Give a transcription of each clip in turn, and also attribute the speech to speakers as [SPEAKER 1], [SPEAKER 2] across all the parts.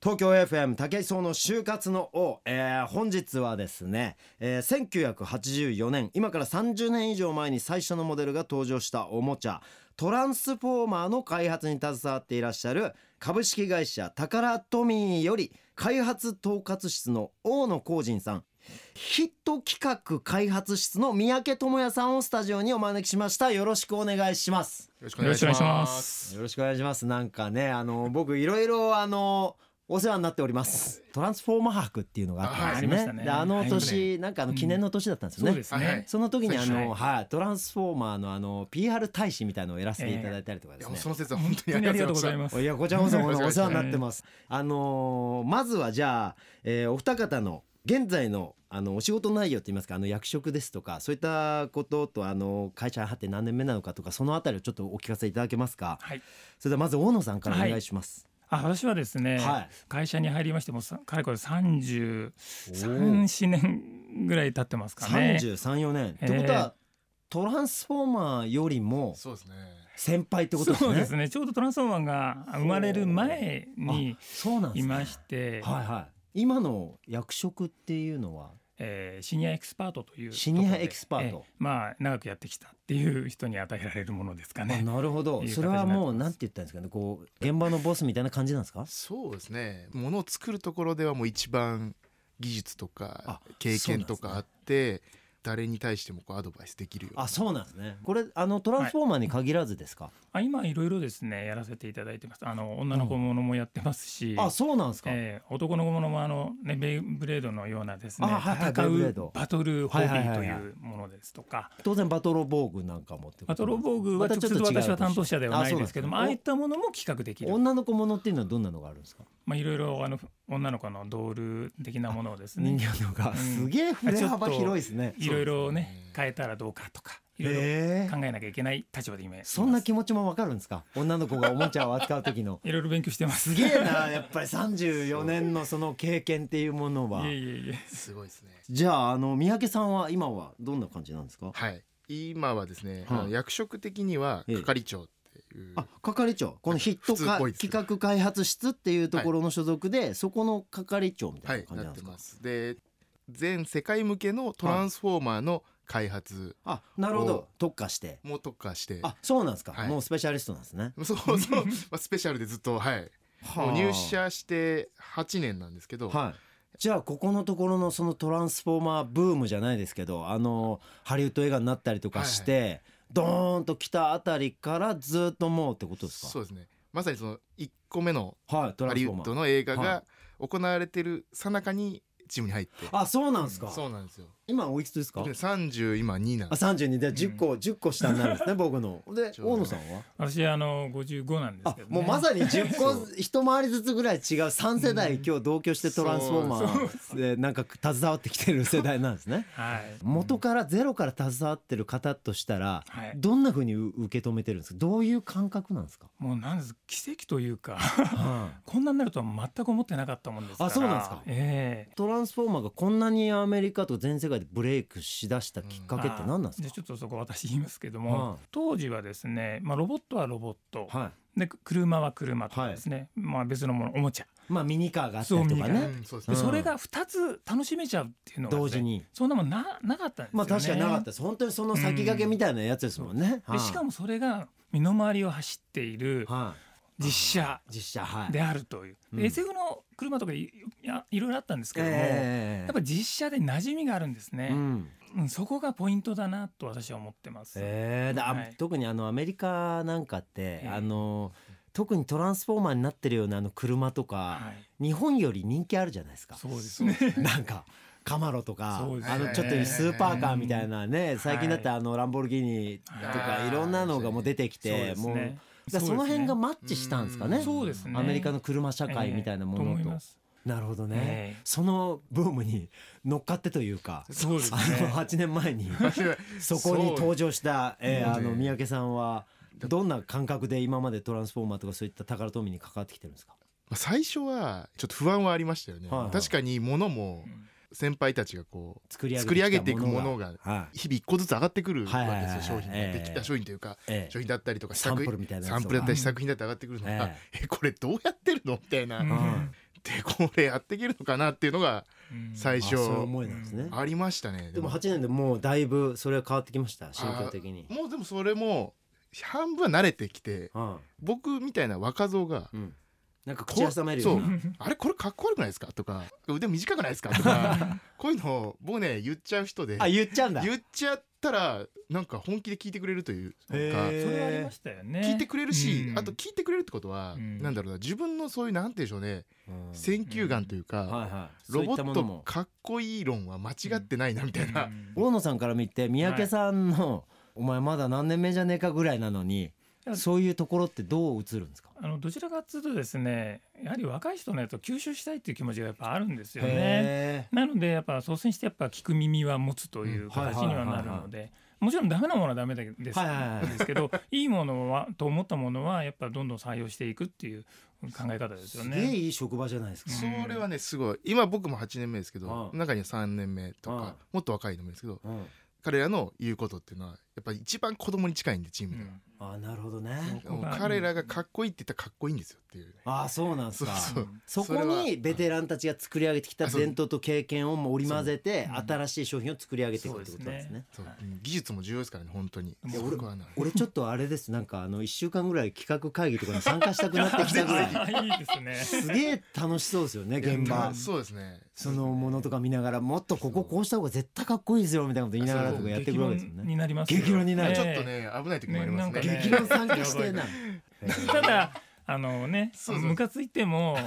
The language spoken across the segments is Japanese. [SPEAKER 1] 東京 FM 武井壮の就活の王、えー本日はですね、えー1984年今から30年以上前に最初のモデルが登場したおもちゃトランスフォーマーの開発に携わっていらっしゃる株式会社タカラトミーより開発統括室の大野浩人さんヒット企画開発室の三宅智也さんをスタジオにお招きしましたよろしくお願いします
[SPEAKER 2] よろしく
[SPEAKER 3] お願いします。
[SPEAKER 1] よろしくお願いします。なんかね、あの僕いろいろあの。お世話になっております。トランスフォーマー博っていうのがあったんです
[SPEAKER 3] あはいありまし
[SPEAKER 1] ね。
[SPEAKER 3] たね
[SPEAKER 1] で、あの年、
[SPEAKER 2] は
[SPEAKER 1] なんかあの記念の年だったんですよね。
[SPEAKER 3] そうです
[SPEAKER 2] はいは
[SPEAKER 3] ね
[SPEAKER 2] い。
[SPEAKER 1] その時にあの、
[SPEAKER 3] そうです
[SPEAKER 1] はい、トランスフォーマーのあの PR 大使みたいのをやらせていただいたりとか
[SPEAKER 2] い
[SPEAKER 1] で
[SPEAKER 2] や
[SPEAKER 1] すね。
[SPEAKER 2] その説は本当に
[SPEAKER 3] 本当に
[SPEAKER 2] あ
[SPEAKER 3] あ
[SPEAKER 2] り
[SPEAKER 3] り
[SPEAKER 2] が
[SPEAKER 3] が
[SPEAKER 2] と
[SPEAKER 3] と
[SPEAKER 2] うござ
[SPEAKER 3] うござ
[SPEAKER 2] い
[SPEAKER 3] い
[SPEAKER 2] ま。
[SPEAKER 3] ますす。
[SPEAKER 1] いやこちらこそおお世話になってます。あのーまずはじゃあ、えーお二方の現在のあのお仕事内容といいますかあの役職ですとかそういったこととあの会社に入って何年目なのかとかそのあたりをちょっとお聞かせいただけますか。
[SPEAKER 3] はい。
[SPEAKER 1] それではまず大野さんからお願いします。
[SPEAKER 3] あ、私はですね、
[SPEAKER 1] はい
[SPEAKER 3] 会社に入りましてもさかれこれ三十
[SPEAKER 1] お
[SPEAKER 3] 三四年ぐらい経ってますかね。
[SPEAKER 1] 三十三四年。っ
[SPEAKER 3] えー
[SPEAKER 1] てことはトランスフォーマーよりも
[SPEAKER 2] そうですね。
[SPEAKER 1] 先輩ってことです
[SPEAKER 3] そう
[SPEAKER 1] ね。
[SPEAKER 3] ですね。ちょうどトランスフォーマーが生まれる前に
[SPEAKER 1] あそうなんで
[SPEAKER 3] い
[SPEAKER 1] すね。
[SPEAKER 3] まして、
[SPEAKER 1] はいはい。今の役職っていうのは
[SPEAKER 3] えーシニアエクスパートという
[SPEAKER 1] シニアエクスパート
[SPEAKER 3] ところでえーまあ長くやってきたっていう人に与えられるものですか
[SPEAKER 1] あ
[SPEAKER 3] ね。
[SPEAKER 1] なるほど
[SPEAKER 3] いい形
[SPEAKER 1] それはもう
[SPEAKER 3] にな
[SPEAKER 1] な
[SPEAKER 3] ってます
[SPEAKER 1] んて言ったんですかねこう現場のボスみたいな感じなんですか
[SPEAKER 2] そうですね。ものを作るところではもう一番技術と
[SPEAKER 1] あ
[SPEAKER 2] か経験とかあって、誰に対してもこうアドバイスできるような。
[SPEAKER 1] あそうなんですねこれあのトランスフォーマーに限らずですか、
[SPEAKER 3] あ今いろいろですねやらせていただいてます。あの女の子ものもやってますし。
[SPEAKER 1] あそうなんですか、
[SPEAKER 3] えー男のものもあの、ね、ベイブレードのようなですね、
[SPEAKER 1] あはいはい
[SPEAKER 3] 戦
[SPEAKER 1] ベイブレー
[SPEAKER 3] う
[SPEAKER 1] ド
[SPEAKER 3] バトルホビ
[SPEAKER 1] はいはい
[SPEAKER 3] ー
[SPEAKER 1] は
[SPEAKER 3] と
[SPEAKER 1] い
[SPEAKER 3] い
[SPEAKER 1] はいう
[SPEAKER 3] ものですとか、
[SPEAKER 1] 当然バトロボーグなんかもってこと
[SPEAKER 3] バトル防具
[SPEAKER 1] ま
[SPEAKER 3] は
[SPEAKER 1] た
[SPEAKER 3] 直
[SPEAKER 1] ちょっ
[SPEAKER 3] 接
[SPEAKER 1] と違う
[SPEAKER 3] 私は担当者ではないですけども、
[SPEAKER 1] あ
[SPEAKER 3] あ
[SPEAKER 1] そう
[SPEAKER 3] あ
[SPEAKER 1] ないん
[SPEAKER 3] っ
[SPEAKER 1] です
[SPEAKER 3] たものも企画できる、
[SPEAKER 1] 女の子ものっていうのはどんなのがあるんですか
[SPEAKER 3] まあ、いろいろあの女の子のドール的なものをです
[SPEAKER 1] 人
[SPEAKER 3] ね、
[SPEAKER 1] 形とか、
[SPEAKER 3] うん
[SPEAKER 1] すげえ振れ幅広いですね
[SPEAKER 3] いろいろ
[SPEAKER 2] そうです
[SPEAKER 3] ね
[SPEAKER 2] ね、
[SPEAKER 3] 変えたらどうかとか、いろいろ
[SPEAKER 1] えー
[SPEAKER 3] 考えなきゃいけない立場で今やってます、
[SPEAKER 1] そんな気持ちもわかるんですか女の子がおもちゃを扱う時の
[SPEAKER 3] いろいろ勉強してま
[SPEAKER 1] す
[SPEAKER 3] す。
[SPEAKER 1] げえなやっぱり34年のその経験っていうものはい
[SPEAKER 3] えいえいえ。
[SPEAKER 2] すごいですね。
[SPEAKER 1] じゃああの三宅さんは今はどんな感じなんですか
[SPEAKER 2] はい。今はですね、
[SPEAKER 1] はい
[SPEAKER 2] あの役職的には
[SPEAKER 1] ええ
[SPEAKER 2] 係長っていう。
[SPEAKER 1] あ係長このヒット
[SPEAKER 2] 普通っ
[SPEAKER 1] か
[SPEAKER 2] ぽいです
[SPEAKER 1] 企画開発室っていうところの所属で、そこの係長みた
[SPEAKER 2] はい、
[SPEAKER 1] ない感じ
[SPEAKER 2] な
[SPEAKER 1] なん
[SPEAKER 2] っ
[SPEAKER 1] で
[SPEAKER 2] て
[SPEAKER 1] すか、
[SPEAKER 2] ます。で、全世界向けのトランスフォーマーの開発
[SPEAKER 1] あなるほ
[SPEAKER 2] こ
[SPEAKER 1] ど特化して
[SPEAKER 2] も特化して、
[SPEAKER 1] あそうなんですか、
[SPEAKER 2] はい
[SPEAKER 1] もうスペシャリストなんですね
[SPEAKER 2] そうそう、まあ、スペシャルでずっとはい。もう入社して8年なんですけど、
[SPEAKER 1] はいじゃあここのところのそのトランスフォーマーブームじゃないですけどあのハリウッド映画になったりとかして、ドーンと来たあたりからずっともうってことですか
[SPEAKER 2] そうですねまさにその1個目の
[SPEAKER 1] はいトラ
[SPEAKER 2] ハ
[SPEAKER 1] ンス
[SPEAKER 2] リウ
[SPEAKER 1] フォーマ
[SPEAKER 2] ッド
[SPEAKER 1] ー
[SPEAKER 2] の映画
[SPEAKER 1] は
[SPEAKER 2] が行われてるさなかにチームに入って、
[SPEAKER 1] あそうなんですか、
[SPEAKER 2] そうなんですよ
[SPEAKER 1] 今おいくつですか
[SPEAKER 2] 僕ね30今2なん
[SPEAKER 1] あ
[SPEAKER 2] です
[SPEAKER 1] 三十二で十個十、10個下になるんですね僕ので
[SPEAKER 2] ちょうど
[SPEAKER 1] 大野さんは
[SPEAKER 3] 私、あの、55なんです
[SPEAKER 1] あ
[SPEAKER 3] けど、ね。
[SPEAKER 1] もうまさに10個
[SPEAKER 2] そう
[SPEAKER 1] 一回りずつぐらい違う三世代
[SPEAKER 3] うん
[SPEAKER 1] 今日同居してトランスフォーマーでなんか携わってきてる世代なんですね
[SPEAKER 3] はい。
[SPEAKER 1] 元からゼロから携わってる方としたら
[SPEAKER 3] はい。
[SPEAKER 1] どんな風にう受け止めてるんですかどういう感覚なん ですか
[SPEAKER 3] もうなんです奇跡というか
[SPEAKER 1] はい
[SPEAKER 3] こんなになるとは全く思ってなかったもんですから
[SPEAKER 1] あそうなんですか
[SPEAKER 3] ええ
[SPEAKER 1] トランスフォーマーがこんなにアメリカとか全世界でブレイクしだしたきっかけって何なんですか
[SPEAKER 3] あでちょっとそこ私言いますけども、
[SPEAKER 1] はい
[SPEAKER 3] 当時はですね、まあ、ロボットはロボット、
[SPEAKER 1] はい
[SPEAKER 3] でく車は車とかですね、まあ、別のものおもちゃ
[SPEAKER 1] まあミニカーがあったりとか
[SPEAKER 3] そうミニカ
[SPEAKER 1] ね
[SPEAKER 3] ー
[SPEAKER 2] うんそうです
[SPEAKER 3] で
[SPEAKER 2] ね
[SPEAKER 1] うん
[SPEAKER 3] それが2つ楽しめちゃうっていうのがです
[SPEAKER 1] 同
[SPEAKER 3] ね、
[SPEAKER 1] 時に
[SPEAKER 3] そんなもんななかったんですよね。
[SPEAKER 1] まあ確かになかったです本当にその先駆けみたいなやつですもんねは
[SPEAKER 3] で
[SPEAKER 1] い
[SPEAKER 3] しかもそれが身の回りを走っている
[SPEAKER 1] はい
[SPEAKER 3] 実車
[SPEAKER 1] 実写はい
[SPEAKER 3] であるという、
[SPEAKER 1] うん
[SPEAKER 3] で SF の車とかいいやいろいろあったんですけども、
[SPEAKER 1] ええ
[SPEAKER 3] やっぱ実車で馴染みがあるんですね
[SPEAKER 1] う、ん
[SPEAKER 3] うん、そこがポイントだなと私は思ってます。
[SPEAKER 1] えーだ
[SPEAKER 3] はい
[SPEAKER 1] 特にあのアメリカなんかって、
[SPEAKER 3] ええ
[SPEAKER 1] あの特にトランスフォーマーになってるようなあの車とか、
[SPEAKER 3] はい、
[SPEAKER 1] 日本より人気あるじゃないですか。
[SPEAKER 3] そうです
[SPEAKER 2] そうで
[SPEAKER 3] ね。
[SPEAKER 2] すね
[SPEAKER 1] なんかカマロとか、
[SPEAKER 3] そうです
[SPEAKER 1] あ
[SPEAKER 3] ね
[SPEAKER 1] のちょっとスーパーカーみたいなね、最近だったらあのランボルギーニと
[SPEAKER 2] は
[SPEAKER 1] か
[SPEAKER 2] い
[SPEAKER 1] いろんなのがもう出てき
[SPEAKER 3] そう
[SPEAKER 1] て、
[SPEAKER 3] です
[SPEAKER 1] もうだ
[SPEAKER 3] ね
[SPEAKER 1] からその辺がマッチしたんですかね
[SPEAKER 2] うん
[SPEAKER 3] そうですね。
[SPEAKER 1] アメリカの車社会みたいなもの
[SPEAKER 3] ええ
[SPEAKER 1] と,、
[SPEAKER 3] 思います
[SPEAKER 1] なるほどね、
[SPEAKER 3] ええ
[SPEAKER 1] そのブームに乗っかってというか、
[SPEAKER 3] そうです
[SPEAKER 1] あ
[SPEAKER 3] ね。
[SPEAKER 1] の8年前 に。そこに登場した、えーあの三宅さんはどんな感覚で今までトランスフォーマーとかそういった宝富に関わってきてるんですか。
[SPEAKER 2] まあ最初はちょっと不安はありましたよね、
[SPEAKER 1] はいはい
[SPEAKER 2] 確かに物も
[SPEAKER 3] うん
[SPEAKER 2] 先輩たちがこう
[SPEAKER 1] 作り上げ
[SPEAKER 2] 作り上げていくものが
[SPEAKER 1] はい
[SPEAKER 2] 日々一個ずつ上がってくるわ
[SPEAKER 1] はいはい
[SPEAKER 2] け
[SPEAKER 1] はい
[SPEAKER 2] です
[SPEAKER 1] はい
[SPEAKER 2] よ商品
[SPEAKER 1] え
[SPEAKER 2] が
[SPEAKER 1] え
[SPEAKER 2] できた商品というか
[SPEAKER 1] え
[SPEAKER 2] 商品だったりとか試
[SPEAKER 1] サン
[SPEAKER 2] 作
[SPEAKER 1] プルみたいなやつ
[SPEAKER 2] サ
[SPEAKER 1] とか
[SPEAKER 2] ンプルだったり試作品だって上がってくるのが、えこれどうやってるのみたいな、
[SPEAKER 3] う
[SPEAKER 1] え
[SPEAKER 3] ん
[SPEAKER 1] うん
[SPEAKER 2] ってこれやっていけるのかなっていうのが
[SPEAKER 3] うん
[SPEAKER 2] 最初
[SPEAKER 1] あそういう思いなんですね
[SPEAKER 2] ありましたね
[SPEAKER 1] でも8年でもうだいぶそれは変わってきました心境的に
[SPEAKER 2] もうでもそれも半分は慣れてきて
[SPEAKER 1] は
[SPEAKER 2] 僕みたいな若造が
[SPEAKER 1] いうんなんか口挟める
[SPEAKER 2] そ
[SPEAKER 1] よう
[SPEAKER 2] う
[SPEAKER 1] な
[SPEAKER 2] あれこれかっこ悪くないですかとか腕短くないですか とかこういうのを僕ね言っちゃう人で
[SPEAKER 1] あ言っちゃうんだ
[SPEAKER 2] 言っちゃったらなんか本気で聞いてくれるというか
[SPEAKER 1] へ
[SPEAKER 3] それはありましたよね
[SPEAKER 2] 聞いてくれるし
[SPEAKER 3] うん
[SPEAKER 2] あと聞いてくれるってことは
[SPEAKER 3] うん
[SPEAKER 2] なんだろうな自分のそういうなんて言うんでしょうね
[SPEAKER 1] うん
[SPEAKER 2] 選球眼という
[SPEAKER 1] は
[SPEAKER 2] か
[SPEAKER 1] いはい
[SPEAKER 2] ロボ
[SPEAKER 1] そういった
[SPEAKER 2] ッ
[SPEAKER 1] もの
[SPEAKER 2] ト
[SPEAKER 1] も
[SPEAKER 2] かっこいい論は間違ってないなみたいな
[SPEAKER 3] うん
[SPEAKER 1] 大野さんから見て三宅さんのお前まだ何年目じゃねえかぐらいなのに
[SPEAKER 3] いや
[SPEAKER 1] そういうところってどう映るんですか
[SPEAKER 3] あのどちらかというとですねやはり若い人のやつを吸収したいっていう気持ちがやっぱあるんですよね。
[SPEAKER 1] へ
[SPEAKER 3] なのでやっぱ率先してやっぱ聞く耳は持つという形にはなるのでもちろんダメなものはダメだけです,、
[SPEAKER 1] はいはいはい
[SPEAKER 3] ですけどいいものはと思ったものはやっぱどんどん採用していくっていう考え方で
[SPEAKER 1] ー
[SPEAKER 3] すよ
[SPEAKER 1] すげえ
[SPEAKER 3] ね。
[SPEAKER 1] いい職場じゃないですか
[SPEAKER 3] うん
[SPEAKER 2] それはねすごい今僕も8年目ですけど
[SPEAKER 1] うん
[SPEAKER 2] 中には3年目と
[SPEAKER 1] うん
[SPEAKER 2] かもっと若いのもいるんですけど
[SPEAKER 1] うん
[SPEAKER 2] 彼らの言うことっていうのはやっぱ一番子供に近いんでチー
[SPEAKER 3] う
[SPEAKER 2] ムで
[SPEAKER 3] ん
[SPEAKER 1] あーなるほどね
[SPEAKER 2] は、もう
[SPEAKER 3] うん
[SPEAKER 2] 彼らがかっこいいって言ったらかっこいいんですよっていうね
[SPEAKER 1] ああそうなんですか
[SPEAKER 2] そ
[SPEAKER 1] そ
[SPEAKER 2] う
[SPEAKER 1] こにベテランたちが作り上げてきた伝統と経験をもう織り交ぜて
[SPEAKER 3] うん
[SPEAKER 1] 新しい商品を作り上げていくってことなんですね。
[SPEAKER 2] そううん技術も重要ですからね本当に
[SPEAKER 3] い
[SPEAKER 1] や
[SPEAKER 2] そこはな
[SPEAKER 1] 俺ちょっとあれですなんかあの1週間ぐらい企画会議とかに参加したくなってきたぐらい
[SPEAKER 3] いいですね。
[SPEAKER 1] すげえ楽しそうですよね現
[SPEAKER 2] い
[SPEAKER 1] 場
[SPEAKER 2] やそうですね
[SPEAKER 1] そのものとか見ながらもっとこここうした方が絶対かっこいいですよみたいなこと言いながらとかやっていくわけですよ
[SPEAKER 3] 激論
[SPEAKER 1] ね。
[SPEAKER 3] になります
[SPEAKER 1] 激論になる
[SPEAKER 2] ちょっとね危ない時もありますね
[SPEAKER 3] ねなんか
[SPEAKER 1] 激
[SPEAKER 3] ね
[SPEAKER 1] 論参加してえな。
[SPEAKER 3] ただあのね
[SPEAKER 2] そうそう
[SPEAKER 3] ムカついても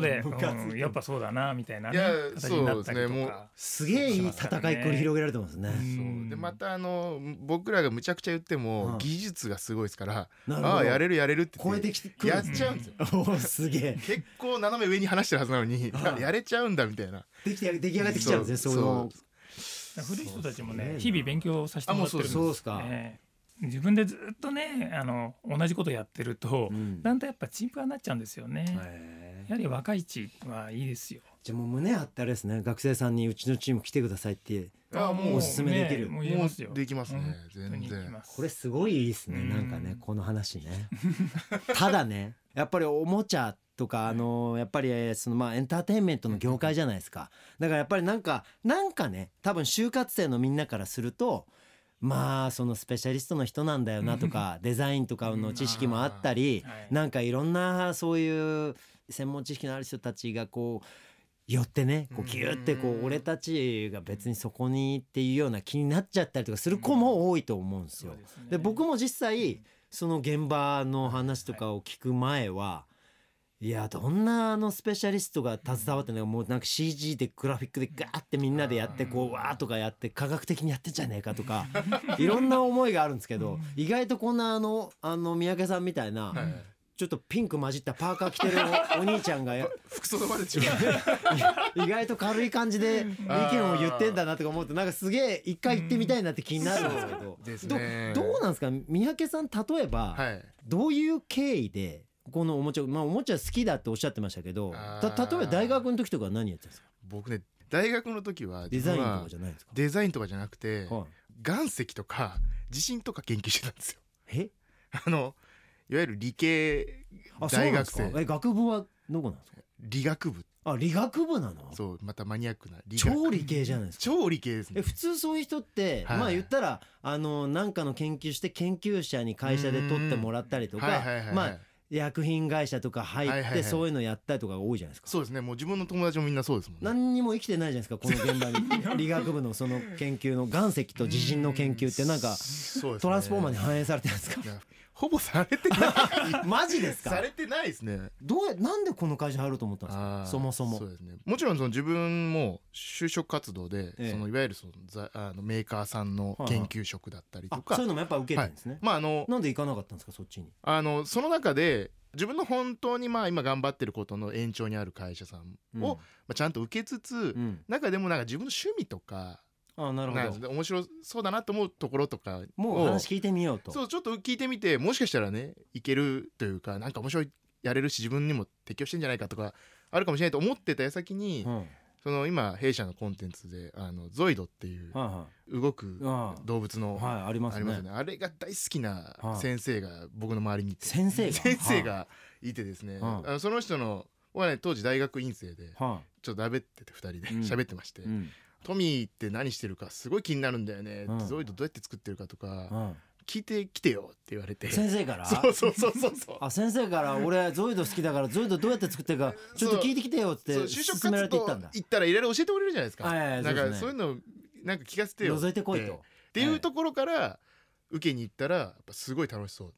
[SPEAKER 3] で、
[SPEAKER 1] ムカついても
[SPEAKER 3] うんやっぱそうだなみたいないね、
[SPEAKER 2] や
[SPEAKER 3] 形になっ
[SPEAKER 2] そ
[SPEAKER 3] たりと
[SPEAKER 2] うですねもう
[SPEAKER 3] か
[SPEAKER 1] すげえいい戦い繰り広げられてますね。
[SPEAKER 3] うん
[SPEAKER 2] そうでまたあの僕らがむちゃくちゃ言って
[SPEAKER 1] うん
[SPEAKER 2] も技術がすごいですから
[SPEAKER 1] なるほど
[SPEAKER 2] ああやれるやれるって
[SPEAKER 1] 超
[SPEAKER 2] 言
[SPEAKER 1] え
[SPEAKER 2] ってて
[SPEAKER 1] きてくる
[SPEAKER 2] や
[SPEAKER 1] ん
[SPEAKER 2] っ
[SPEAKER 1] ですね
[SPEAKER 2] ちゃうんですよ
[SPEAKER 1] おーすげえ
[SPEAKER 2] 結構斜め上に話してるはずなのに
[SPEAKER 1] はい
[SPEAKER 2] やれちゃうんだみたいな
[SPEAKER 1] できて出来上がってきちゃうんですねそ
[SPEAKER 2] そう
[SPEAKER 1] の
[SPEAKER 3] 古い人たちも
[SPEAKER 1] そう
[SPEAKER 3] ね
[SPEAKER 1] ですね
[SPEAKER 3] 日々勉強させてもらってるんです
[SPEAKER 1] あもうそうですそうですか
[SPEAKER 3] ね自分でずっとねあの同じことやってると、
[SPEAKER 1] うん
[SPEAKER 3] だんだんやっぱチンプアになっちゃうんですよね、
[SPEAKER 1] へー
[SPEAKER 3] やはり若い地はいいですよ
[SPEAKER 1] じゃあもう胸張ってあれですね学生さんにうちのチーム来てくださいって
[SPEAKER 2] ああもう
[SPEAKER 1] おすすめできる
[SPEAKER 3] ねもう言え
[SPEAKER 2] も
[SPEAKER 3] ますよ
[SPEAKER 2] うできますね
[SPEAKER 3] 本当
[SPEAKER 2] 全
[SPEAKER 3] に言え
[SPEAKER 2] 然
[SPEAKER 3] ます
[SPEAKER 1] これすごいいいですね
[SPEAKER 3] うん
[SPEAKER 1] なんかねこの話ねただねやっぱりおもちゃとかあのやっぱりえーそのまあエンターテインメントの業界じゃないですかだからやっぱりなんかなんかね多分就活生のみんなからするとまあそのスペシャリストの人なんだよなと かデザインとかの知識もあったり
[SPEAKER 3] はい
[SPEAKER 1] なんかいろんなそういう専門知識のある人たちがこう寄ってねこうギュってこ
[SPEAKER 2] う
[SPEAKER 1] うん俺たちが別にそこにっていうような気になっちゃったりとかする子も多いと思うんですよ。
[SPEAKER 3] すね
[SPEAKER 1] で僕も実
[SPEAKER 3] う
[SPEAKER 1] 際
[SPEAKER 3] ん
[SPEAKER 1] その現場の話とかを聞く前はいやどんなあのスペシャリストが携わってんのかもうなんか CG でグラフィックでガーってみんなでやってこ
[SPEAKER 3] う
[SPEAKER 1] うんわーとかやって科学的にやってんじゃねえかとかいろんな思いがあるんですけど意外とこんなあのあの三宅さんみたいな
[SPEAKER 2] はい
[SPEAKER 1] ちょっとピンク混じったパーカー着てるおお兄ちゃんがや
[SPEAKER 2] 服装のまで違う
[SPEAKER 1] 意外と軽い感じで意見を言ってんだなとか思ってなんかすげえ一回行ってみたいなって気になるんで
[SPEAKER 2] ですす
[SPEAKER 1] けど
[SPEAKER 2] ね
[SPEAKER 1] どどうなんですか三宅さん例えば
[SPEAKER 2] はい
[SPEAKER 1] どういう経緯でこのおもちゃ、まあ、おもちゃ好きだっておっしゃってましたけど
[SPEAKER 2] あ
[SPEAKER 1] た
[SPEAKER 2] ー
[SPEAKER 1] 例えば大学の時とかは何やってたんですか
[SPEAKER 2] 僕ね大学の時は
[SPEAKER 1] デザインとか
[SPEAKER 2] まあ
[SPEAKER 1] じゃないんですか、
[SPEAKER 2] デザインとかじゃなくて
[SPEAKER 1] はい
[SPEAKER 2] 岩石とか地震とか研究してたんですよ
[SPEAKER 1] え
[SPEAKER 2] あのいわゆる理系
[SPEAKER 1] あそうな
[SPEAKER 2] 大
[SPEAKER 1] んで
[SPEAKER 2] 学
[SPEAKER 1] すか
[SPEAKER 2] 生
[SPEAKER 1] え学部はどこなんですか
[SPEAKER 2] 理学部
[SPEAKER 1] あ理学部なの
[SPEAKER 2] そうまたマニアックな理学
[SPEAKER 1] 超理系じゃないですか
[SPEAKER 2] 超理系です
[SPEAKER 1] え
[SPEAKER 2] ね
[SPEAKER 1] 普通そういう人って、
[SPEAKER 2] はい
[SPEAKER 1] まあ言ったらあのなんかの研究して研究者に会社で取ってもらったりとか、
[SPEAKER 2] はいはいはいはい
[SPEAKER 1] まあ薬品会社とか入
[SPEAKER 2] はい
[SPEAKER 1] っ
[SPEAKER 2] はいは
[SPEAKER 1] て
[SPEAKER 2] い
[SPEAKER 1] そういうのやったりとかが多いじゃないですか。
[SPEAKER 2] そうですねもう自分の友達もみんなそうですもんね
[SPEAKER 1] 何にも生きてないじゃないですかこの現場 に理学部のその研究の岩石と地震の研究ってなんか
[SPEAKER 2] そうですね
[SPEAKER 1] トランスフォーマーに反映されてるんですか
[SPEAKER 2] いや ほぼされてない
[SPEAKER 1] マジ です
[SPEAKER 2] さ
[SPEAKER 1] か
[SPEAKER 2] れてないですね
[SPEAKER 1] どうやなんでこの会社入ろうと思ったんですか
[SPEAKER 2] あー
[SPEAKER 1] そもそも
[SPEAKER 2] そうですねもちろんその自分も就職活動で、
[SPEAKER 1] ええ
[SPEAKER 2] そのいわゆるそのざあのメーカーさんの研究職だったり
[SPEAKER 1] あ
[SPEAKER 2] とか、
[SPEAKER 1] そういうのもやっぱ受けてるんですね、
[SPEAKER 2] まああの
[SPEAKER 1] なんで行かなかったんですかそっちに
[SPEAKER 2] あのその中で自分の本当にまあ今頑張ってることの延長にある会社さんを、まあ、ちゃんと受けつつ、
[SPEAKER 1] うん、うん
[SPEAKER 2] 中でもなんか自分の趣味とか
[SPEAKER 1] あなる
[SPEAKER 2] なん
[SPEAKER 1] ほ
[SPEAKER 2] か
[SPEAKER 1] ど
[SPEAKER 2] 面白そうだなと思うところとか
[SPEAKER 1] もう
[SPEAKER 2] を
[SPEAKER 1] 話聞いてみようと
[SPEAKER 2] そうちょっと聞いてみてもしかしたらねいけるというかなんか面白いやれるし自分にも適応してんじゃないかとかあるかもしれないと思ってた矢先に、
[SPEAKER 1] うんはい
[SPEAKER 2] その今弊社のコンテンツであのゾイドっていう
[SPEAKER 1] は
[SPEAKER 2] 動
[SPEAKER 1] い
[SPEAKER 2] く
[SPEAKER 1] あ
[SPEAKER 2] 動物の、
[SPEAKER 1] あはいあります
[SPEAKER 2] あ
[SPEAKER 1] ね
[SPEAKER 2] りますよねあれが大好きな
[SPEAKER 1] はい
[SPEAKER 2] 先生が僕の周りにいて
[SPEAKER 1] 先生が
[SPEAKER 2] 先生がいてですね、
[SPEAKER 1] うん
[SPEAKER 2] あのその人の僕はね当時大学院生で
[SPEAKER 1] は
[SPEAKER 2] ちょっとだべってて2人で
[SPEAKER 1] うん
[SPEAKER 2] 喋ってまして、
[SPEAKER 1] い、うん
[SPEAKER 2] トミーって何してるかすごい気になるんだよね、
[SPEAKER 1] うん
[SPEAKER 2] ゾイドどうやって作ってるかとか、
[SPEAKER 1] うん、
[SPEAKER 2] 聞いてきてよって言われて
[SPEAKER 1] 先生から
[SPEAKER 2] そうそうそうそうそう
[SPEAKER 1] あ先生から俺ゾイド好きだからゾイドどうやって作ってるかちょっと聞いてきてよって
[SPEAKER 2] そう
[SPEAKER 1] 勧
[SPEAKER 2] 就職
[SPEAKER 1] められ
[SPEAKER 2] 活
[SPEAKER 1] ていっ
[SPEAKER 2] 動
[SPEAKER 1] たんだ
[SPEAKER 2] 行ったらいろいろ教えてくれるじゃないですか、
[SPEAKER 1] はいはいはいそ
[SPEAKER 2] なん
[SPEAKER 1] う
[SPEAKER 2] か
[SPEAKER 1] ですね
[SPEAKER 2] そういうのなんか聞かせてよ
[SPEAKER 1] 覗いてこいと
[SPEAKER 2] っていうところから受けに行ったらやっぱすごい楽しそう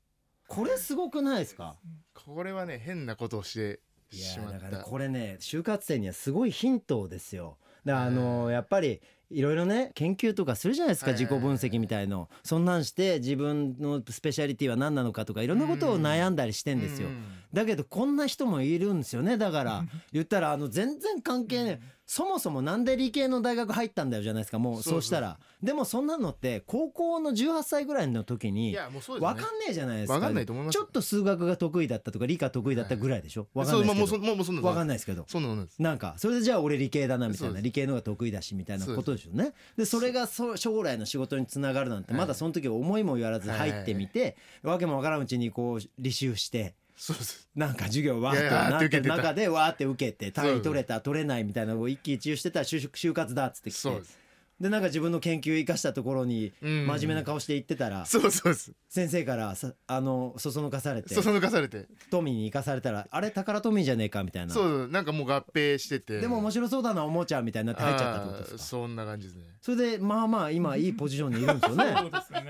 [SPEAKER 1] これすごくないですか
[SPEAKER 2] これはね変なことをして
[SPEAKER 1] いや
[SPEAKER 2] しま
[SPEAKER 1] ーだ
[SPEAKER 2] っ
[SPEAKER 1] か
[SPEAKER 2] た
[SPEAKER 1] らこれね就活生にはすごいヒントですよだからあのーやっぱりいろいろね研究とかするじゃないですか
[SPEAKER 2] はいはい
[SPEAKER 1] 自己
[SPEAKER 2] はい
[SPEAKER 1] 分析みたいのそんなんして自分のスペシャリティは何なのかとかいろんなことを悩んだりしてんですよ
[SPEAKER 2] うんうん
[SPEAKER 1] だけどこんな人もいるんですよねだから言ったらあの全然関係ねえそもそもなんで理系の大学入ったんだよじゃないですかもう
[SPEAKER 2] そう
[SPEAKER 1] そ
[SPEAKER 2] そう
[SPEAKER 1] うしたらでもそんなのって高校の18歳ぐらいの時
[SPEAKER 2] い
[SPEAKER 1] に
[SPEAKER 2] やもうそうです
[SPEAKER 1] わ
[SPEAKER 2] ね
[SPEAKER 1] かんねえじゃないですか
[SPEAKER 2] わかんないと思います
[SPEAKER 1] ちょっと数学が得意だったとか理科得意だったぐらいでしょわかん
[SPEAKER 2] そう
[SPEAKER 1] な
[SPEAKER 2] まあ
[SPEAKER 1] い
[SPEAKER 2] も
[SPEAKER 1] で
[SPEAKER 2] う
[SPEAKER 1] す
[SPEAKER 2] そ
[SPEAKER 1] けど
[SPEAKER 2] もうもうそんな
[SPEAKER 1] わか
[SPEAKER 2] ん
[SPEAKER 1] んな
[SPEAKER 2] ない
[SPEAKER 1] いですけど
[SPEAKER 2] そんなものです
[SPEAKER 1] なんかそれでじゃあ俺理系だなみた
[SPEAKER 2] そ
[SPEAKER 1] いうな
[SPEAKER 2] です
[SPEAKER 1] 理系の方が得意だしみたいな
[SPEAKER 2] そう
[SPEAKER 1] こ
[SPEAKER 2] です
[SPEAKER 1] とでしょうねでそれがそう将来の仕事につながるなんて
[SPEAKER 2] はい
[SPEAKER 1] まだその時は思いもよらず入ってみてわけもわからんうちにこう履修して
[SPEAKER 2] そうです
[SPEAKER 1] なんか授業わーっ
[SPEAKER 2] い
[SPEAKER 1] と
[SPEAKER 2] やいや
[SPEAKER 1] なってる
[SPEAKER 2] 受けてた
[SPEAKER 1] 中でわーって受けて単
[SPEAKER 2] そう
[SPEAKER 1] 位取れた取れないみたいなのを一喜一憂してたら就職就活だっつってき
[SPEAKER 2] そう
[SPEAKER 1] て
[SPEAKER 2] です
[SPEAKER 1] でなんか自分の研究生かしたところに
[SPEAKER 2] うん
[SPEAKER 1] 真面目な顔して行ってたら
[SPEAKER 2] そうそうです
[SPEAKER 1] 先生からさあのそそのかされて
[SPEAKER 2] そそのかされて
[SPEAKER 1] トミーに生かされたらあれ宝トミーじゃねえかみたいな
[SPEAKER 2] そうそうなんかもう合併してて
[SPEAKER 1] でも面
[SPEAKER 2] し
[SPEAKER 1] 白そうだなおもちゃみたいになって入っちゃったってことですか
[SPEAKER 2] そんな感じですね
[SPEAKER 1] それでまあまあ今いいポジションにいるんですよ
[SPEAKER 3] そう
[SPEAKER 1] ね
[SPEAKER 3] ですね。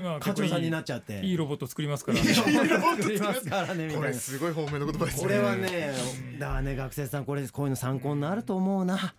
[SPEAKER 3] 今 は
[SPEAKER 1] 課長
[SPEAKER 3] 結構いい
[SPEAKER 1] さんになっちゃって
[SPEAKER 3] いいロボット作りますからね。
[SPEAKER 1] 作りますからねみたい
[SPEAKER 2] これ
[SPEAKER 1] な
[SPEAKER 2] すごい方面の言葉ですね
[SPEAKER 1] これはねだからね学生さんこれこういうの参考になると思う な。だか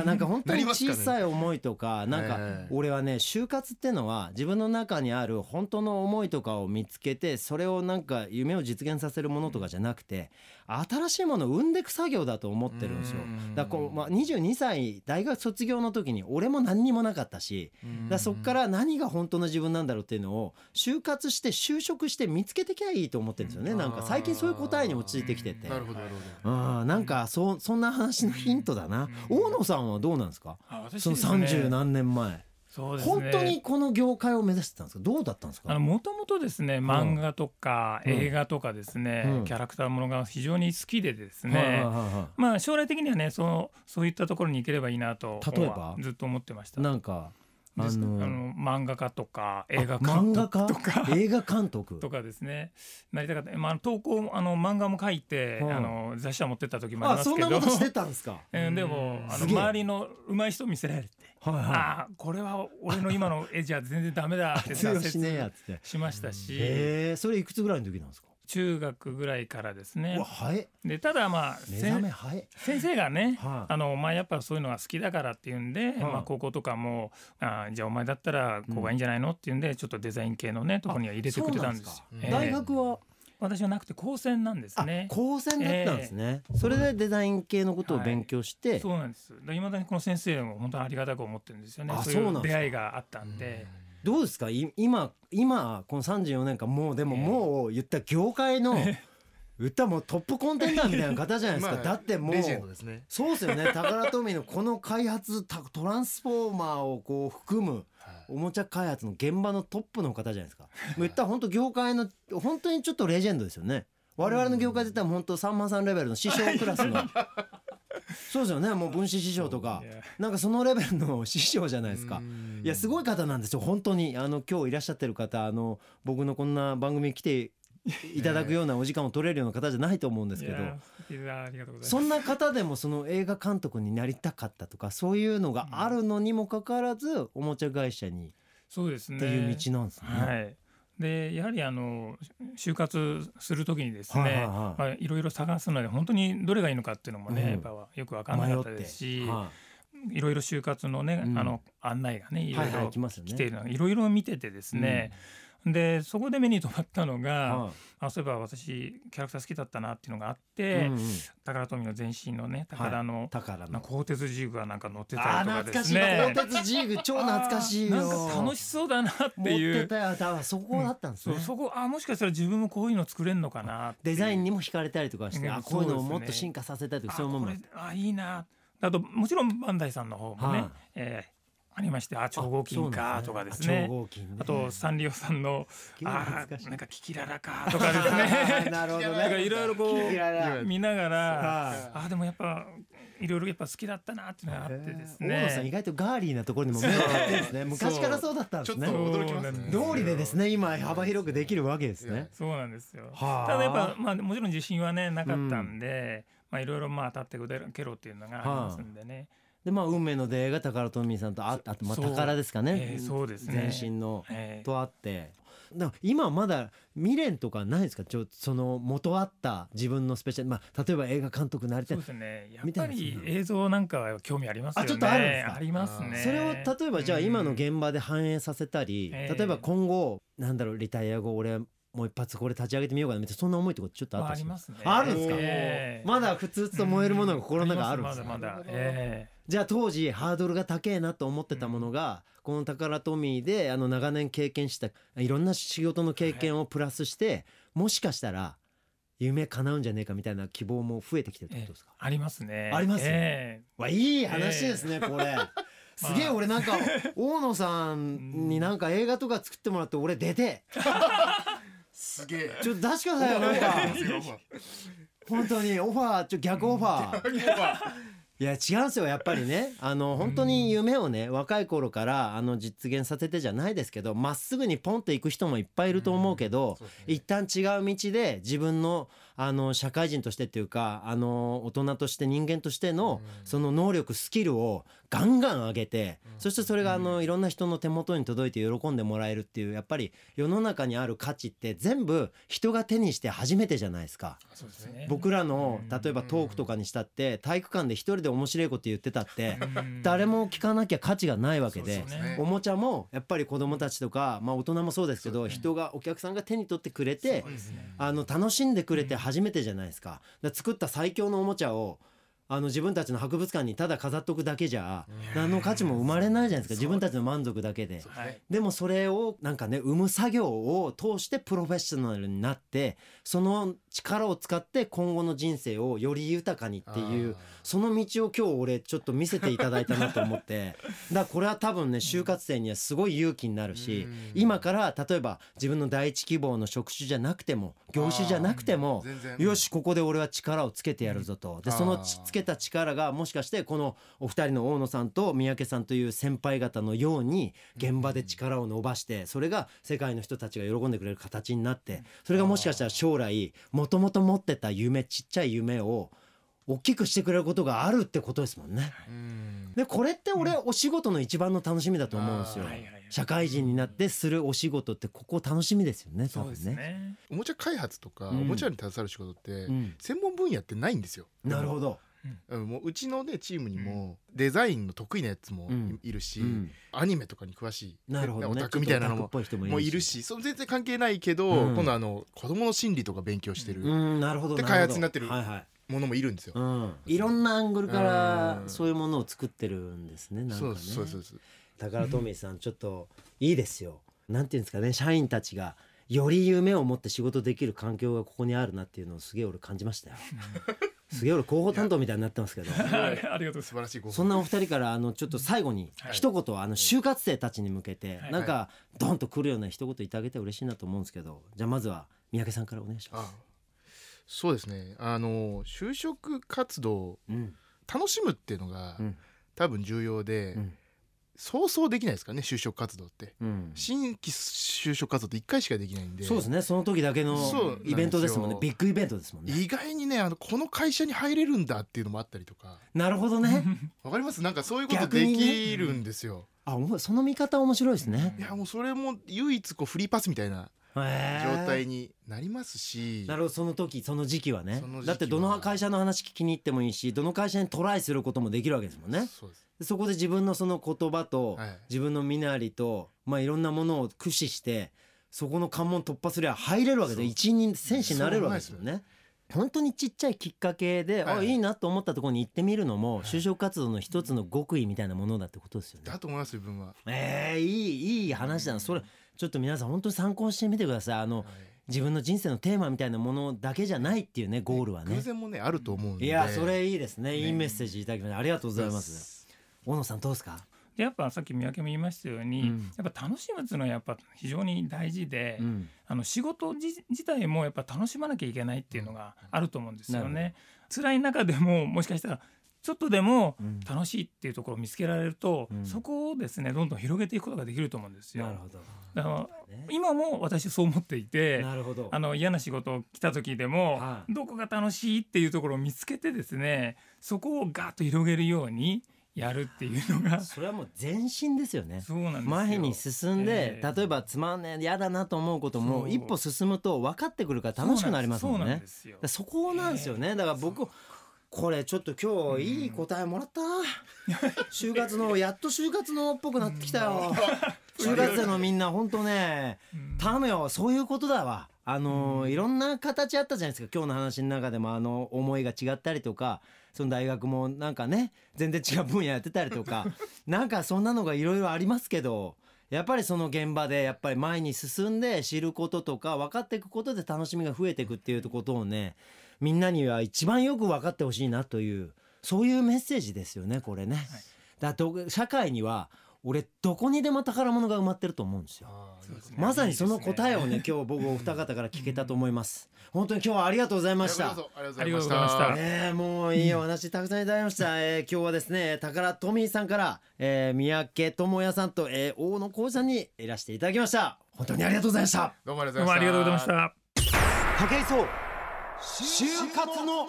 [SPEAKER 1] らなんか本当
[SPEAKER 2] な
[SPEAKER 1] に
[SPEAKER 2] りますか
[SPEAKER 1] 小
[SPEAKER 2] ね
[SPEAKER 1] さい思いとかなんか
[SPEAKER 2] ええ
[SPEAKER 1] 俺はね就活ってのは自分の中にある本当の思いとかを見つけてそれをなんか夢を実現させるものとかじゃなくて新しいものを生んでいく作業だと思ってるんですよ
[SPEAKER 2] う。ん
[SPEAKER 1] だからこう、まあ、22歳大学卒業の時に俺も何にもなかったしだからそっから何が本当の自分なんだろうっていうのを就活して就職して見つけてきゃいいと思ってるんですよねなんか最近そういう答えに落ち着いてきてて
[SPEAKER 2] なるほどなるほ
[SPEAKER 1] あーなんかそそんな話のヒントだな、大野さんはどうなんですか
[SPEAKER 3] あ私
[SPEAKER 1] その
[SPEAKER 3] ですね
[SPEAKER 1] 30何年前、
[SPEAKER 3] そうですね
[SPEAKER 1] 本当にこの業界を目指してたんですかどうだったんですか
[SPEAKER 3] あのもともとですね漫画とか
[SPEAKER 1] うん
[SPEAKER 3] 映画とかですね、
[SPEAKER 1] うん
[SPEAKER 3] キャラクターものが非常に好きでですね、
[SPEAKER 1] はいはいはいは
[SPEAKER 3] まあ将来的にはねそうそういったところに行ければいいなと
[SPEAKER 1] 例えば
[SPEAKER 3] ずっと思ってまし
[SPEAKER 1] い
[SPEAKER 3] た。
[SPEAKER 1] なんかあ
[SPEAKER 3] です
[SPEAKER 1] の
[SPEAKER 3] あの漫画家とか映画
[SPEAKER 1] あ
[SPEAKER 3] 監
[SPEAKER 1] 漫画
[SPEAKER 3] 督
[SPEAKER 1] 家
[SPEAKER 3] とか
[SPEAKER 1] 映画監督
[SPEAKER 3] とかですねなりたかった、まあ、投稿もあの漫画も書いて、
[SPEAKER 1] はい
[SPEAKER 3] あの雑誌は持ってった時もあり
[SPEAKER 1] あ
[SPEAKER 3] ます
[SPEAKER 1] そん
[SPEAKER 3] けど
[SPEAKER 1] なこと してたんですか
[SPEAKER 3] えーでもあの
[SPEAKER 1] すげえ
[SPEAKER 3] 周りの上手い人見せられて
[SPEAKER 1] はいは
[SPEAKER 3] ああこれは俺の今の絵じゃ全然ダメだっ
[SPEAKER 1] い
[SPEAKER 3] て
[SPEAKER 1] 通
[SPEAKER 3] 挫
[SPEAKER 1] 用しねえやっ
[SPEAKER 3] 折
[SPEAKER 1] つってへ
[SPEAKER 3] しましたし
[SPEAKER 1] えそれいくつぐらいの時なんですか
[SPEAKER 3] 中学ぐらいからで
[SPEAKER 1] う
[SPEAKER 3] すね
[SPEAKER 1] わ早え
[SPEAKER 3] でただまあ
[SPEAKER 1] 目覚め
[SPEAKER 3] 先
[SPEAKER 1] 早え
[SPEAKER 3] 先生がね
[SPEAKER 1] はい
[SPEAKER 3] あのまあ、やっぱそういうのが好きだからっていうんで、
[SPEAKER 1] い
[SPEAKER 3] まあ、高校とかもあーじゃあお前だったらここがいいんじゃないのっていうんでちょっとデザイン系のねとこには入れてくれたんですよ
[SPEAKER 1] あそう
[SPEAKER 2] なんですか
[SPEAKER 3] ええ
[SPEAKER 1] 大学は
[SPEAKER 3] 私はなくて高専なんです
[SPEAKER 1] あ
[SPEAKER 3] ね
[SPEAKER 1] 高専だったんですねそれでデザイン系のことを勉強して
[SPEAKER 3] そうなんですいまだにこの先生も本当にありがたく思ってるんですよね
[SPEAKER 1] あ
[SPEAKER 3] そう
[SPEAKER 1] そうないんで
[SPEAKER 3] う
[SPEAKER 1] すか
[SPEAKER 3] 出会いがあったんで、
[SPEAKER 1] どうですかい今今この34年間もうでも
[SPEAKER 3] ええ
[SPEAKER 1] もう言った業界 の歌もトップコンテンダーみたいな方じゃないですか、
[SPEAKER 2] まあ
[SPEAKER 1] だってもう
[SPEAKER 2] レジェンドですね
[SPEAKER 1] そうですよね宝トミーのこの開発タトランスフォーマーをこう含む
[SPEAKER 2] はい
[SPEAKER 1] おもちゃ開発の現場のトップの方じゃないですかもう言ったら本当業界の本当にちょっとレジェンドですよね我々の業界で言ったら本当さんまさんレベルの師匠クラスのそうですよねもう分子師匠とか
[SPEAKER 3] いや
[SPEAKER 1] なんかそのレベルの師匠じゃないですか
[SPEAKER 2] うん
[SPEAKER 1] いやすごい方なんですよ本当にあの今日いらっしゃってる方あの僕のこんな番組に来ていただくようなお時間を取れるような方じゃないと思うんですけど
[SPEAKER 3] いやーいやーありがとうござい
[SPEAKER 1] そ
[SPEAKER 3] ます
[SPEAKER 1] んな方でもその映画監督になりたかったとかそういうのがあるのにもかかわらずおもちゃ会社に
[SPEAKER 3] そうですね
[SPEAKER 1] っていう道なんですね。
[SPEAKER 3] はいでやはりあの就活するときにですね、
[SPEAKER 1] はい
[SPEAKER 3] い
[SPEAKER 1] はいはい
[SPEAKER 3] まあ、いろいろ探すので本当にどれがいいのかっていうのもね、
[SPEAKER 1] うん
[SPEAKER 3] やっぱよく分かんなかったですし、、
[SPEAKER 1] はい
[SPEAKER 3] ろいろ就活のね、
[SPEAKER 1] うん
[SPEAKER 3] あの案内がね
[SPEAKER 1] い
[SPEAKER 3] いろ
[SPEAKER 1] はいいはい
[SPEAKER 3] ろ
[SPEAKER 1] 来ますよね。
[SPEAKER 3] 来ているのがいろいろ見ててですね、でそこで目に留まったのが、
[SPEAKER 1] は
[SPEAKER 3] あそういえば私キャラクター好きだったなっていうのがあっ
[SPEAKER 1] い
[SPEAKER 3] て、
[SPEAKER 1] うんうん
[SPEAKER 3] 宝富の全身のね宝の、
[SPEAKER 1] 宝
[SPEAKER 3] なん
[SPEAKER 1] の
[SPEAKER 3] か。鋼鉄ジーグがなんか乗って
[SPEAKER 1] あ
[SPEAKER 3] た
[SPEAKER 1] あ
[SPEAKER 3] りと
[SPEAKER 1] 懐
[SPEAKER 3] かで
[SPEAKER 1] かし
[SPEAKER 3] す
[SPEAKER 1] い
[SPEAKER 3] ね
[SPEAKER 1] 鋼鉄ジーグ超懐かしいよ。
[SPEAKER 3] あーなんか楽しそうだなってい
[SPEAKER 1] 持って
[SPEAKER 3] う
[SPEAKER 1] たよ。だからそこだったんです
[SPEAKER 3] そ
[SPEAKER 1] ね
[SPEAKER 3] う。そこあもしかしたら自分もこういうの作れるのかなってい
[SPEAKER 1] デ
[SPEAKER 3] う
[SPEAKER 1] ザインにも惹かれたりとかして、
[SPEAKER 3] うん
[SPEAKER 1] あこういうのを
[SPEAKER 3] そうです
[SPEAKER 1] も
[SPEAKER 3] ね
[SPEAKER 1] っと進化させたいと
[SPEAKER 3] あ
[SPEAKER 1] かそういうもの
[SPEAKER 3] これあいいなあともちろんバンダイさんの方もね、
[SPEAKER 1] はい
[SPEAKER 3] えーありましてあ超合金かとかです
[SPEAKER 1] あ
[SPEAKER 3] ね
[SPEAKER 1] 超合金ね
[SPEAKER 3] あとサンリオさんの
[SPEAKER 1] すげえ
[SPEAKER 3] あ
[SPEAKER 1] 懐かしい
[SPEAKER 3] ーなんかキキララかとかです ね
[SPEAKER 1] なるほど
[SPEAKER 3] なんか
[SPEAKER 1] ね
[SPEAKER 3] いろいろこ
[SPEAKER 1] キキララ
[SPEAKER 3] う見ながら
[SPEAKER 1] はい
[SPEAKER 3] あーでもやっぱいろいろやっぱ好きだったなっていうのがあってです
[SPEAKER 1] 大野さん意
[SPEAKER 3] ね
[SPEAKER 1] 外とガーリーなところにも目が行ってるんですね昔からそうだったんで
[SPEAKER 2] ちょっ
[SPEAKER 1] す
[SPEAKER 2] と
[SPEAKER 1] ね
[SPEAKER 2] 驚きますね。
[SPEAKER 1] 道理でですね今幅広くできるわけです
[SPEAKER 2] いや
[SPEAKER 1] ね
[SPEAKER 3] そうなんですよ
[SPEAKER 1] はあ
[SPEAKER 3] ただやっぱまあもちろん自信はねなかったんでまあいろいろまあ当たってくれけろっていうのがありますんでね
[SPEAKER 1] でまあ運命の出会いが宝富美さんとああとまあ
[SPEAKER 3] そう
[SPEAKER 1] 宝ですかね
[SPEAKER 3] ええそうですね
[SPEAKER 1] 全身の
[SPEAKER 3] ええ
[SPEAKER 1] とあってだから今まだ未練とかないですかちょその元あった自分のスペシャルまあ例えば映画監督になりた
[SPEAKER 3] そ
[SPEAKER 1] いう
[SPEAKER 3] ですねや
[SPEAKER 1] み
[SPEAKER 3] ったぱ
[SPEAKER 1] いな
[SPEAKER 3] り映像なんかは興味ありますよ
[SPEAKER 1] あ
[SPEAKER 3] ね
[SPEAKER 1] ちょっとあるんですか
[SPEAKER 3] ありますね
[SPEAKER 1] それを例えばじゃあ今の
[SPEAKER 3] うん
[SPEAKER 1] 現場で反映させたり、
[SPEAKER 3] ええ
[SPEAKER 1] 例えば今後なんだろうリタイア後俺もう一発これ立ち上げてみようかなみたいなそんな思いってことちょっとあっ
[SPEAKER 3] ま
[SPEAKER 1] た
[SPEAKER 3] あ、あ
[SPEAKER 1] り
[SPEAKER 3] り
[SPEAKER 1] し
[SPEAKER 3] ま
[SPEAKER 1] ます
[SPEAKER 3] すね。
[SPEAKER 1] あるんですか
[SPEAKER 3] ええ
[SPEAKER 1] まだふつふつと燃えるものが心の中あるんですね
[SPEAKER 3] まだまだ。え
[SPEAKER 1] じゃあ当時ハードルが高えなと思ってたものが、この宝トミーであの長年経験したいろんな仕事の経験をプラスして、もしかしたら夢叶うんじゃねえかみたいな希望も増えてきてるって
[SPEAKER 3] え
[SPEAKER 1] ことですか、
[SPEAKER 3] ありますね。
[SPEAKER 1] あります
[SPEAKER 3] え
[SPEAKER 1] わいい話ですね、こ れすげえ俺なんか大野さんになんか映画とか作ってもらって俺出て
[SPEAKER 2] すげえ。
[SPEAKER 1] ちょっと出してくださいよなんか
[SPEAKER 2] すごいオファー
[SPEAKER 1] 本当にオファーちょ逆オファー
[SPEAKER 2] オファ
[SPEAKER 1] いや違うんですよやっぱりねあの本当に夢をね若い頃からあの実現させてじゃないですけどまっすぐにポンと行く人もいっぱいいると思うけど、
[SPEAKER 2] そうですね
[SPEAKER 1] 一旦違う道で自分のあの社会人としてっていうかあの大人として人間としての
[SPEAKER 2] うん
[SPEAKER 1] その能力スキルをガンガン上げてそしてそれがあのいろんな人の手元に届いて喜んでもらえるっていうやっぱり世の中にある価値って全部人が手にして初めてじゃないですか。
[SPEAKER 3] えそうですね。
[SPEAKER 1] 僕らの
[SPEAKER 3] うん
[SPEAKER 1] 例えばトークとかにしたって体育館で一人で面白いこと言ってたって
[SPEAKER 3] うん
[SPEAKER 1] 誰も聞かなきゃ価値がないわけ
[SPEAKER 3] そう
[SPEAKER 1] で
[SPEAKER 3] ですね
[SPEAKER 1] おもちゃもやっぱり子供たちとかまあ大人もそうですけど人がお客さんが手に取ってくれて
[SPEAKER 3] そうですね
[SPEAKER 1] あの楽しんでくれて初めてじゃないですか。だから作った最強のおもちゃをあの自分たちの博物館にただ飾っとくだけじゃ何の価値も生まれないじゃないですか自分たちの満足だけで。
[SPEAKER 3] はい。
[SPEAKER 1] でもそれをなんかね生む作業を通してプロフェッショナルになってその力を使って今後の人生をより豊かにっていう
[SPEAKER 2] あー
[SPEAKER 1] その道を今日俺ちょっと見せていただいたなと思って だからこれは多分ね就活生にはすごい勇気になるし
[SPEAKER 2] うん
[SPEAKER 1] 今から例えば自分の第一希望の職種じゃなくても業種じゃなくても
[SPEAKER 2] 全然
[SPEAKER 1] よしここで俺は力をつけてやるぞとで
[SPEAKER 2] あー
[SPEAKER 1] そのちつけた力がもしかしてこのお二人の大野さんと三宅さんという先輩方のように現場で力を伸ばしてそれが世界の人たちが喜んでくれる形になってそれがもしかしたら将来もともと持ってた夢ちっちゃい夢を大きくしてくれることがあるってことですもんね。
[SPEAKER 2] うん
[SPEAKER 1] でこれって俺お仕事の一番の楽しみだと思うんですよ
[SPEAKER 2] あーはい
[SPEAKER 3] はいはい。
[SPEAKER 1] 社会人になってするお仕事ってここ楽しみですよね多
[SPEAKER 3] そう
[SPEAKER 1] 分
[SPEAKER 3] ですね。
[SPEAKER 2] おもちゃ開発とか、
[SPEAKER 1] うん
[SPEAKER 2] おもちゃに携わる仕事って、
[SPEAKER 1] うん
[SPEAKER 2] 専門分野ってないんですよ。
[SPEAKER 1] なるほど。
[SPEAKER 2] うんもううちのねチームにもデザインの得意なやつも
[SPEAKER 1] うん
[SPEAKER 2] いるし、
[SPEAKER 1] うん
[SPEAKER 2] アニメとかに詳しい
[SPEAKER 1] なるほどね。
[SPEAKER 2] オタクみたいなの
[SPEAKER 1] ちょっ
[SPEAKER 2] も
[SPEAKER 1] とオタクっぽい人も
[SPEAKER 2] もういる。しその全然関係ないけど、
[SPEAKER 1] うん
[SPEAKER 2] 今度あの子供の心理とか勉強してる
[SPEAKER 1] うん、なるほど。
[SPEAKER 2] で
[SPEAKER 1] るほど
[SPEAKER 2] 開発になってる
[SPEAKER 1] はいはい。
[SPEAKER 2] ものもいるんですよ。
[SPEAKER 1] うん、いろんなアングルから
[SPEAKER 2] うん
[SPEAKER 1] そういうものを作ってるんですね。なんか
[SPEAKER 2] そう
[SPEAKER 1] ね。
[SPEAKER 2] ですそうですそうです
[SPEAKER 1] 宝トミーさん、ちょっといいですよ。なんていうんですかね、社員たちが。より夢を持って仕事できる環境がここにあるなっていうのをすげえ俺感じま したよ。すげえ俺広報担当みたいになってますけど。
[SPEAKER 3] ありがとうござい ます
[SPEAKER 2] 素。晴らしいご
[SPEAKER 1] そんなお二人からあのちょっと最後に
[SPEAKER 2] はい
[SPEAKER 1] 一言あの就活生たちに向けて
[SPEAKER 3] はい
[SPEAKER 1] なんかドンとくるような一言言ってあげて嬉しいなと思うんですけどじゃあまずは三宅さんからお願いします
[SPEAKER 2] あ。そうですねあの就職活動を
[SPEAKER 1] うん
[SPEAKER 2] 楽しむっていうのが、
[SPEAKER 1] うん
[SPEAKER 2] 多分重要で、
[SPEAKER 1] うん
[SPEAKER 2] そうそうできないですからね就職活動って
[SPEAKER 1] うん
[SPEAKER 2] 新規就職活動って1回しかできないんで
[SPEAKER 1] そうですねその時だけの
[SPEAKER 2] そう
[SPEAKER 1] イベントですもんね
[SPEAKER 2] なんで
[SPEAKER 1] ビ
[SPEAKER 2] すよ
[SPEAKER 1] ッグイベントですもんね
[SPEAKER 2] 意外にねあのこの会社に入れるんだっていうのもあったりとか
[SPEAKER 1] なるほど ね
[SPEAKER 2] わかりますなんかそういうこと
[SPEAKER 1] 逆
[SPEAKER 2] で
[SPEAKER 1] にね
[SPEAKER 2] きるんですよ、
[SPEAKER 1] あおもその見方面白いですね
[SPEAKER 2] いやもうそれも唯一こうフリーパスみたいな
[SPEAKER 1] 状
[SPEAKER 2] 状態になりますし、
[SPEAKER 1] なるほどその時その時期はね
[SPEAKER 2] その時期は
[SPEAKER 1] だってどの会社の話聞きに行ってもいいしどの会社にトライすることもできるわけですもんね
[SPEAKER 2] そうです
[SPEAKER 1] そこで自分のその言葉と、
[SPEAKER 2] はい
[SPEAKER 1] 自分の身なりとまあいろんなものを駆使してそこの関門突破すれば入れるわけで
[SPEAKER 2] そう
[SPEAKER 1] 一人戦士になれるわけですよね。本当にちっちゃいきっかけで、
[SPEAKER 2] はい
[SPEAKER 1] あいいなと思ったところに行ってみるのも、就職活動の一つの極意みたいなものだってことですよね。
[SPEAKER 2] だと思います自分は、
[SPEAKER 1] えー、いいいい話だなそれちょっと皆さん本当に参考にしてみてくださいあの
[SPEAKER 2] はい
[SPEAKER 1] 自分の人生のテーマみたいなものだけじゃないっていうねゴールはね
[SPEAKER 2] 偶。然もねあると思うんで
[SPEAKER 1] いやそれいいですねいいメッセージいただきましたありがとうございます。小野さんどうですか
[SPEAKER 3] でやっぱさっき三宅も言いましたように、
[SPEAKER 1] うん
[SPEAKER 3] やっぱ楽しむっていうのはやっぱ非常に大事で、
[SPEAKER 1] うん
[SPEAKER 3] あの仕事自自体もやっぱ楽しまなきゃいけないっていうのがあると思うんですよね。辛い中でももしかしたらちょっとでも
[SPEAKER 1] うん
[SPEAKER 3] 楽しいっていうところを見つけられると、
[SPEAKER 1] うん
[SPEAKER 3] そこをですねどんどん広げていくことができると思うんですよ。
[SPEAKER 1] なるほど、
[SPEAKER 3] だから
[SPEAKER 1] ね
[SPEAKER 3] 今も私そう思っていて
[SPEAKER 1] なるほど
[SPEAKER 3] あの嫌な仕事来た時でも、
[SPEAKER 1] はい
[SPEAKER 3] どこが楽しいっていうところを見つけてですねそこをガッと広げるようにやるっていうのが
[SPEAKER 1] それはもう前進ですよね
[SPEAKER 3] そうなんですよ
[SPEAKER 1] 前に進んで、
[SPEAKER 3] ええ
[SPEAKER 1] 例えばつまんねえ嫌だなと思うこと
[SPEAKER 3] そ
[SPEAKER 1] も
[SPEAKER 3] う
[SPEAKER 1] 一歩進むと分かってくるから楽しくなりますもん
[SPEAKER 3] そうなん
[SPEAKER 1] ね
[SPEAKER 3] ですよ
[SPEAKER 1] そこなんですよねだから僕これちょっと今日いい答えもら ったな、就活のやっと就活のっぽくなってきたよ、就活生のみんな本当ね
[SPEAKER 3] うん
[SPEAKER 1] 頼むよそういうことだわあのーいろんな形あったじゃないですか今日の話の中でもあの思いが違ったりとかその大学もなんかね全然違う分野やってたりと かなんかそんなのがいろいろありますけどやっぱりその現場でやっぱり前に進んで知ることとか分かっていくことで楽しみが増えていくっていうことをねみんなには一番よく分かってほしいなというそういうメッセージですよねこれね。だと社会には俺どこにでも宝物が埋まってると思うんですよ。
[SPEAKER 3] そうですね
[SPEAKER 1] まさにその答え
[SPEAKER 3] い
[SPEAKER 1] を
[SPEAKER 3] い
[SPEAKER 1] ね
[SPEAKER 3] で
[SPEAKER 1] 今日僕お二方から聞けたと思います。本当に今日はありがとうございまし
[SPEAKER 2] いや
[SPEAKER 1] た。
[SPEAKER 2] こちらこそ
[SPEAKER 3] すねあ
[SPEAKER 2] あり
[SPEAKER 3] り
[SPEAKER 2] が
[SPEAKER 3] が
[SPEAKER 2] と
[SPEAKER 3] と
[SPEAKER 2] うございまし
[SPEAKER 3] うございましたた。
[SPEAKER 1] ねえもういいお話たくさんいただきま した、えー今日はですね宝トミーさんから、えー三宅智也さんと、えー大野浩二さんにいらしていただきました本当にありがとうございました
[SPEAKER 2] どうもありがと
[SPEAKER 3] ど
[SPEAKER 2] う
[SPEAKER 3] うも
[SPEAKER 2] ございました。
[SPEAKER 3] ありがとうございました。
[SPEAKER 1] 武井壮就活の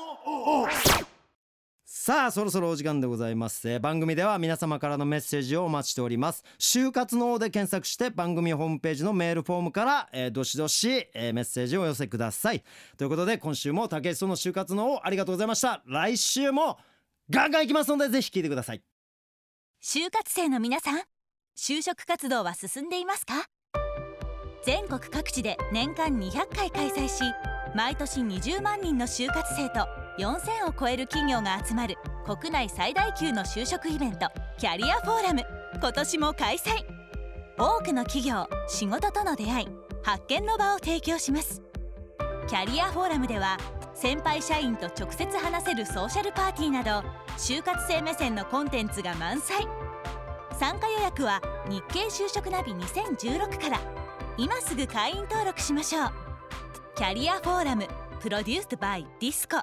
[SPEAKER 1] さあそろそろお時間でございます、えー番組では皆様からのメッセージをお待ちしております就活の王で検索して番組ホームページのメールフォームから、えーどしどし、えーメッセージをお寄せくださいということで今週も武井壮の就活の王ありがとうございました来週もガンガンいきますのでぜひ聞いてください
[SPEAKER 4] 就活生の皆さん就職活動は進んでいますか全国各地で年間200回開催し毎年20万人の就活生と4000を超える企業が集まる国内最大級の就職イベントキャリアフォーラム今年も開催多くの企業仕事との出会い発見の場を提供しますキャリアフォーラムでは先輩社員と直接話せるソーシャルパーティーなど就活生目線のコンテンツが満載参加予約は「日経就職ナビ2016」から今すぐ会員登録しましょうキャリアフォーラムプロデュース by ディスコ